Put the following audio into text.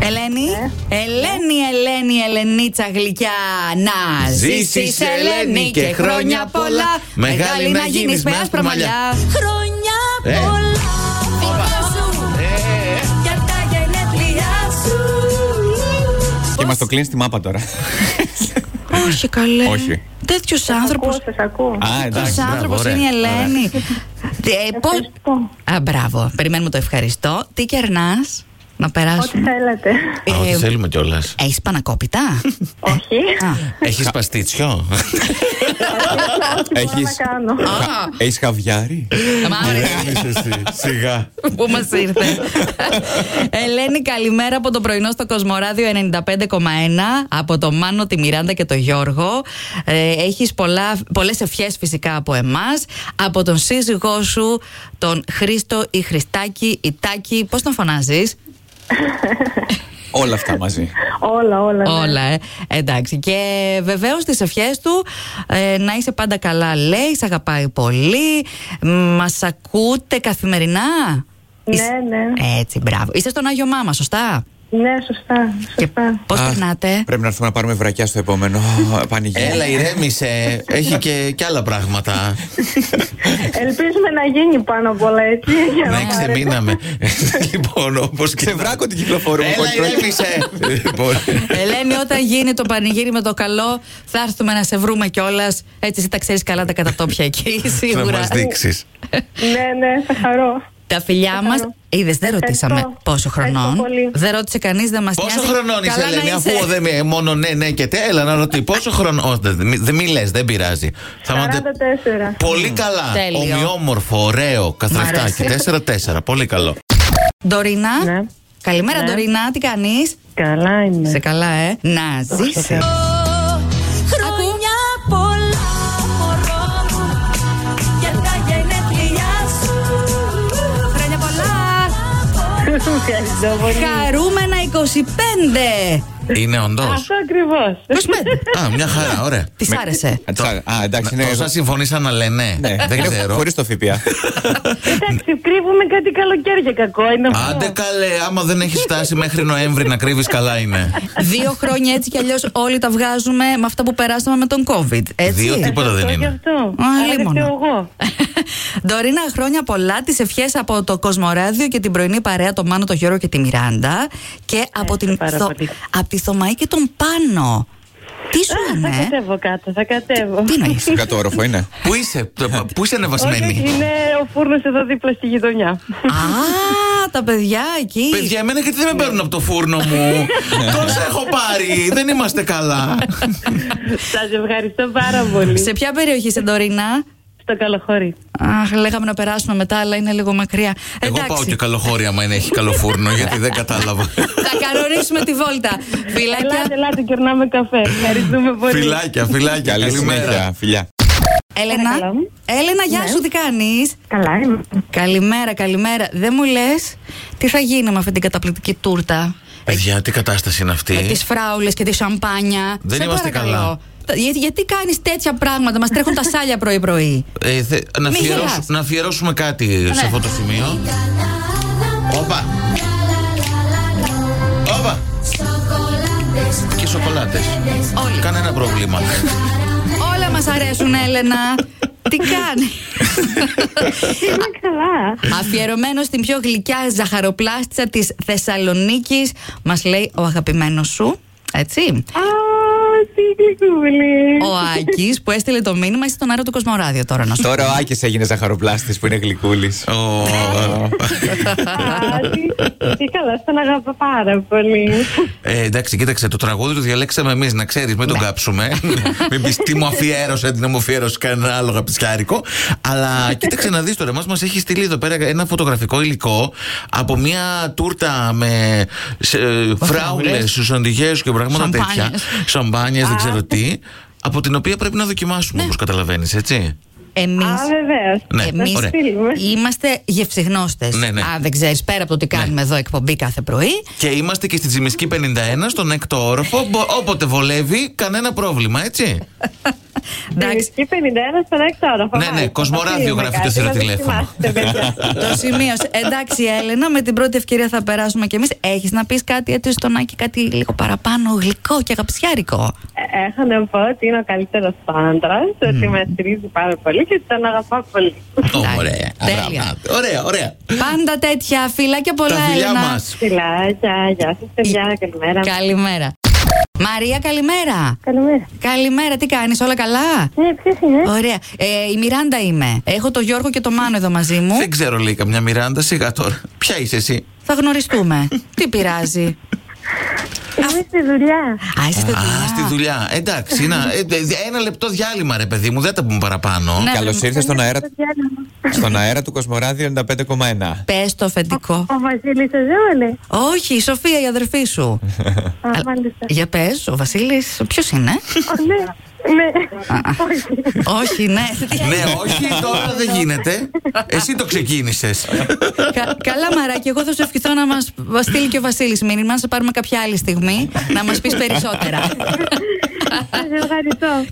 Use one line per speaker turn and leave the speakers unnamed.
Ελένη. Ελένη, Ελένη, Ελενίτσα γλυκιά. Να
Ζήσεις,
ζήσεις Ελένη και χρόνια πολλά. Μεγάλη να γίνεις με άσπρα μαλλιά.
Χρόνια
Ε.
πολλά δικά σου
Ε,
για τα γενέθλιά σου.
Και μας το κλείνεις τη μάπα τώρα.
Όχι καλέ.
Όχι.
Τέτοιος άνθρωπο.
Ακούω, σας ακούω.
Α,
Ποιο άνθρωπο
μπράβο,
είναι η
ωραία,
Ελένη. Τι, ε, πώς-
Ευχαριστώ.
Α, μπράβο. Περιμένουμε το ευχαριστώ. Τι κερνάς να
Ό,τι
περάσουμε.
θέλετε.
Α,
Ε,
ό,τι θέλουμε κιόλας.
Έχεις πανακόπιτα.
Όχι.
Α,
Έχεις παστίτσιο.
Μπορώ να
Έχεις-
κάνω.
α,
Έχεις χαβιάρι.
μ' άρεσε.
Σιγά.
που μας ήρθε. Ελένη, καλημέρα από το πρωινό στο Κοσμοράδιο 95,1 από το Μάνο, τη Μιράντα και το Γιώργο. Ε, Έχεις πολλές ευχές φυσικά από εμάς. Από τον σύζυγό σου, τον Χρήστο ή Χριστάκη ή Τάκη. Πώς τον φωνάζεις,
Όλα αυτά μαζί.
Όλα, όλα. ναι.
Όλα, ε. Εντάξει. Και βεβαίως τις ευχές του ε, να είσαι πάντα καλά, λέει. Σε αγαπάει πολύ. Μας ακούτε καθημερινά. Είσαι-
Ναι, ναι.
Έτσι, μπράβο. Είστε στον Άγιο Μάμα, σωστά.
Ναι, σωστά. Σωστά.
Πώ
Α,
περνάτε.
Πρέπει να έρθουμε να πάρουμε βρακιά στο επόμενο πανηγύρι.
Έλα, ηρέμησε. Έχει και, και άλλα πράγματα.
Ελπίζουμε να γίνει πάνω απ' όλα έτσι. για
να
πάρετε.
ξεμείναμε. λοιπόν, όπως και.
Ξεβράκω την κυκλοφορούμε.
Έλα,
κοντρόλ.
ηρέμησε. Λοιπόν,
Ελένη, όταν γίνει το πανηγύρι με το καλό, θα έρθουμε να σε βρούμε κιόλας. Έτσι, εσύ τα ξέρεις καλά τα κατατόπια εκεί,
Θα
σίγουρα.
μα δείξεις.
Ναι, ναι, θα χαρώ.
Τα φιλιά μα.
Ευχαριστώ.
Είδες, δεν ρωτήσαμε
Ευχαριστώ.
πόσο χρονών.
Ευχαριστώ πολύ.
Δεν ρώτησε κανείς, δεν μας
Πόσο χρονών είσαι, Ελένη, αφού δεν μι- μόνο ναι, ναι και τε, έλα να ρωτήσω. Πόσο χρονών. Δεν μι- δεν μιλέ, δεν πειράζει. Θα μου αντε-
44.
Πολύ καλά.
Τέλειο.
Ομοιόμορφο, ωραίο, καθρεφτάκι. 4-4. Πολύ καλό.
Ντορίνα.
Ναι.
Καλημέρα,
Ναι.
Ντορίνα, τι κάνεις.
Καλά
Ναι.
είμαι.
Σε καλά, ε. Να ζήσει.
Χρόνια πολλά μωρό μου για τα γενέθλιά σου.
Χρόνια πολλά.
Ευχαριστώ πολύ.
Χαρούμενα 25.
Είναι όντως.
Αυτό ακριβώς.
25.
Α, μια χαρά, ωραία.
Της άρεσε.
Α, τσά- Α, εντάξει, ναι, είναι. Ναι.
Τόσα συμφωνήσαν να λένε. Δεν ξέρω.
Χωρίς το ΦΠΑ.
Εντάξει, κρύβουμε κάτι καλοκαίρια κακό. Είναι αυτό.
Άντε καλέ, άμα δεν έχεις φτάσει μέχρι Νοέμβρη να κρύβεις, καλά είναι.
Δύο χρόνια έτσι κι αλλιώς όλοι τα βγάζουμε με αυτά που περάσαμε με τον COVID. Έτσι.
Δύο τίποτα δεν
Γι'
είναι.
αυτό.
Α,
Άρα
λίμωνα.
φταίω εγώ.
Ντορίνα, χρόνια πολλά. Τις ευχές από το Κοσμοράδιο και την πρωινή παρέα, το Μάνο, το Γιώργο και τη Μιράντα. Και από, την
πάρα
Θο-
πολύ.
από τη Θωμαή και τον Πάνο. Τι σου
Θα
λένε, ε?
κατέβω κάτω, θα κατέβω.
Τι νοεί.
Στον κατόροφο είναι.
Πού είσαι, το- πού είσαι
Όχι, όχι,
ανεβασμένη.
είναι ο φούρνος εδώ δίπλα στη γειτονιά.
Α, τα παιδιά εκεί.
Παιδιά, εμένα γιατί δεν με παίρνουν από το φούρνο μου. Τόσα έχω πάρει. Δεν είμαστε καλά.
Σας ευχαριστώ πάρα πολύ.
Σε ποια περιοχή είσαι, Ντορίνα?
Στο καλοχώρι.
Αχ, λέγαμε να περάσουμε μετά, αλλά είναι λίγο μακριά.
Εγώ
Εντάξει.
πάω και καλοχώρια άμα είναι έχει καλό φούρνο, γιατί δεν κατάλαβα.
Θα κανονίσουμε τη βόλτα.
Ελάτε,
Φιλάκια.
ελάτε, κερνάμε καφέ. Ευχαριστούμε πολύ.
Φιλάκια, φιλάκια.
Καλή
καλημέρα.
συνέχεια, φιλιά.
Έλενα.
Παρακαλώ. Ναι.
Έλενα, γεια σου, τι κάνεις.
Καλά είμαι.
Καλημέρα, καλημέρα. Δεν μου λες τι θα γίνει με αυτή την καταπληκτική τούρτα.
Παιδιά, τι κατάσταση είναι
Με
αυτή.
τις φράουλες και τη σαμπάνια.
Ε. Δεν
Σε
είμαστε
παρακαλώ.
καλά.
Τα- Γιατί, γιατί κάνεις τέτοια πράγματα, μας τρέχουν τα σάλια πρωί-πρωί.
Ε, θε- να,
Μη
αφιερώσου-
γελάς. Ναι.
να αφιερώσουμε κάτι σε αυτό το σημείο. Όπα. Όπα. Και σοκολάτες. Κανένα πρόβλημα.
Όλα μας αρέσουν, Έλενα. τι κάνει.
Είμαι καλά.
Αφιερωμένος στην πιο γλυκιά ζαχαροπλάστησα της Θεσσαλονίκης, μας λέει ο αγαπημένος σου. Έτσι.
Α, τι γλυκούλη.
Ο Άκη που έστειλε το μήνυμα, είσαι στον αέρα του Κοσμοράδιο τώρα να σου
Τώρα ο Άκη έγινε ζαχαροπλάστης που είναι γλυκούλης.
Ω,
Ε,
Α, τι- Τι καλά, στον αγαπώ πάρα πολύ.
ε, εντάξει, κοίταξε, το τραγούδι το διαλέξαμε εμείς, να ξέρεις, μην τον
Ναι.
κάψουμε. μην πεις τι μου αφιέρωσε, τι να μου αφιέρωσε κανένα άλλο γαπισιάρικο. Αλλά κοίταξε να δεις τώρα, εμάς μας έχει στείλει εδώ πέρα ένα φωτογραφικό υλικό από μια τούρτα με ε, φράουλε, σουσαντιγές και πράγματα
Σαμπάνιες. Ναι.
τέτοια. Σαμπάνιες, δεν ξέρω τι. Από την οποία πρέπει να δοκιμάσουμε, όπως καταλαβαίνεις, έτσι.
Εμείς.
Α, βεβαίως.
Ναι,
Εμείς
ωραία.
είμαστε γευσιγνώστε.
Ναι, ναι.
Αν δεν ξέρεις, πέρα από το ότι κάνουμε εδώ εκπομπή κάθε πρωί,
Και είμαστε και στη Τζιμισκή 51, στον έκτο όροφο. Μπο- Όποτε βολεύει, κανένα πρόβλημα, έτσι.
εντάξει,
51 στον έκτορο.
Ναι, ναι, Κοσμοράδιο γράφει το τηλέφωνο. Ναι.
το σημείωσε. Εντάξει, Έλενα, με την πρώτη ευκαιρία θα περάσουμε κι εμείς. Έχεις να πεις κάτι έτσι στον Άκη, κάτι λίγο παραπάνω γλυκό και αγαπησιάρικο.
Ε, Έχω να πω ότι είναι ο καλύτερος άντρα, ότι με στηρίζει πάρα πολύ και τον αγαπά πολύ.
Ωραία.
Τέλεια.
Ωραία, Ωραία, ωραία.
Πάντα τέτοια φιλάκια πολλά,
Τα φιλιά
Έλενα.
μα.
Φιλάκια, γεια σας, παιδιά, καλημέρα.
Καλημέρα. Μαρία, καλημέρα.
Καλημέρα.
Καλημέρα, τι κάνεις, όλα καλά.
Eh,
Ε,
pues
ποιος είναι?
Ωραία. Ε, η Μιράντα είμαι. Έχω τον Γιώργο και τον Μάνο εδώ μαζί μου.
Δεν ξέρω, λέει καμιά Μιράντα, σιγά τώρα. Ποια είσαι εσύ.
Θα γνωριστούμε. τι πειράζει.
Είμαι στη δουλειά.
Α, είσαι στη δουλειά.
Α, στη δουλειά. Εντάξει, να- ε, ε, ένα λεπτό διάλειμμα, ρε παιδί μου, δεν τα πούμε παραπάνω.
Ναι.
Καλώ
ρε,
ήρθες στον αέρα,
Διάλειμμα.
στον αέρα του Κοσμοράδιου 95,1.
Πες το αφεντικό.
Ο Βασίλης σε ζώολε.
Όχι, η Σοφία, η αδερφή σου.
Α, μάλιστα.
Για πες, ο Βασίλης, ποιος είναι.
Ω, Ναι, ναι. Όχι.
Όχι, ναι.
Ναι, όχι, τώρα δεν γίνεται. Εσύ το ξεκίνησες.
Κα- καλά, Μαράκι, εγώ θα σου ευχηθώ να μας στείλει και ο Βασίλης μήνυμα, να σε πάρουμε κάποια άλλη στιγμή, να μας πεις περισσότερα.
Σας ευχαριστώ.